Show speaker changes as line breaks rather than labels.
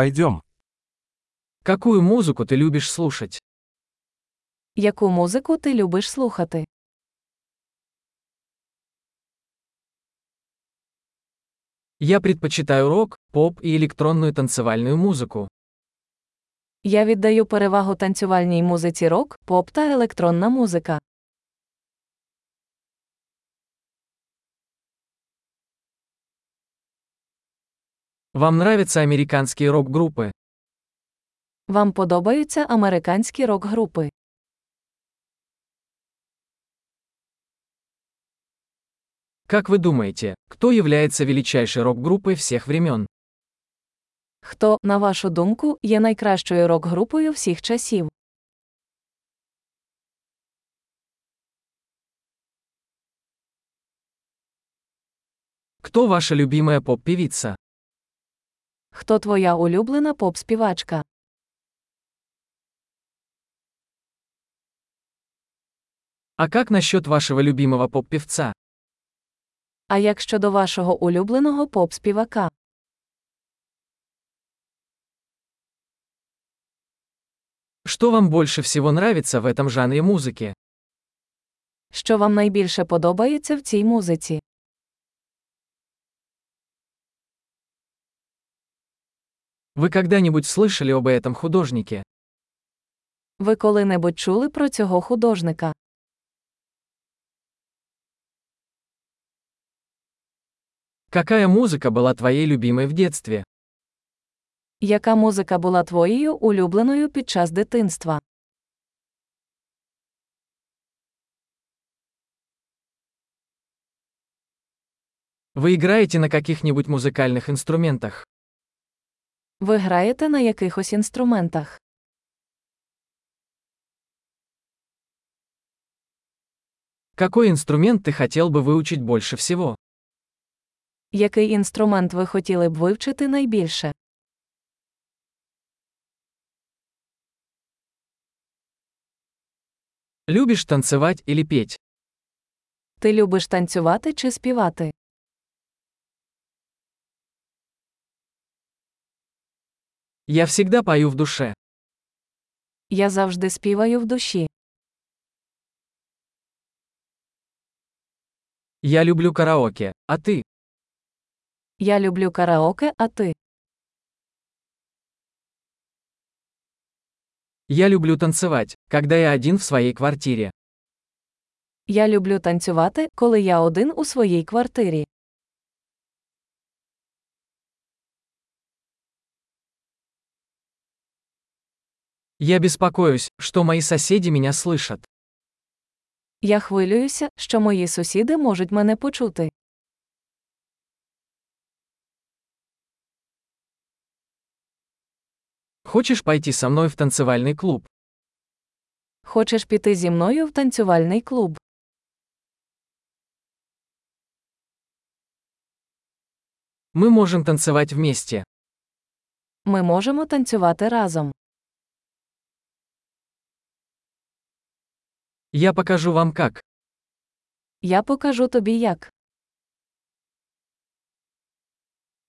Пойдем.
Какую музыку ты любишь слушать?
Яку музику ти любиш слухати?
Я предпочитаю рок, поп и электронную танцевальную музыку.
Я віддаю перевагу танцювальній музиці рок, поп та електронна музика.
Вам нравятся американские рок-группы?
Вам подобаються американські рок-групи.
Как вы думаете, кто является величайшей рок-группой всех времен?
Хто, на вашу думку, є найкращою рок-групою всіх часів?
Кто ваша любимая поп-певица?
Хто твоя улюблена поп-співачка?
А как насчет вашего любимого поп-певца?
А як щодо вашого улюбленого поп-співака?
Что вам больше всего нравится в этом жанре музыки?
Що вам найбільше подобається в цій музиці?
Вы когда-нибудь слышали об этом художнике?
Ви коли-небудь чули про цього художника?
Какая музыка была твоей любимой в детстве?
Яка музика була твоєю улюбленою під час дитинства?
Вы играете на каких-нибудь музыкальных инструментах?
Ви граєте на якихось інструментах?
Какой инструмент ты хотел бы выучить больше всего?
Який інструмент ви хотіли б вивчити найбільше?
Любишь танцевать или петь?
Ти любиш танцювати чи співати?
Я всегда пою в душе.
Я завжди співаю в душі.
Я люблю караоке, а ты?
Я люблю караоке, а ти?
Я люблю танцевать, когда я один в своей квартире.
Я люблю танцювати, коли я один у своїй квартирі.
Я беспокоюсь, что мои соседи меня слышат.
Я хвилююся, що мої сусіди можуть мене почути.
Хочешь пойти со мной в танцевальный клуб?
Хочеш піти зі мною в танцювальний клуб?
Мы можем танцевать вместе.
Ми можемо танцювати разом.
Я покажу вам как.
Я покажу тобі як.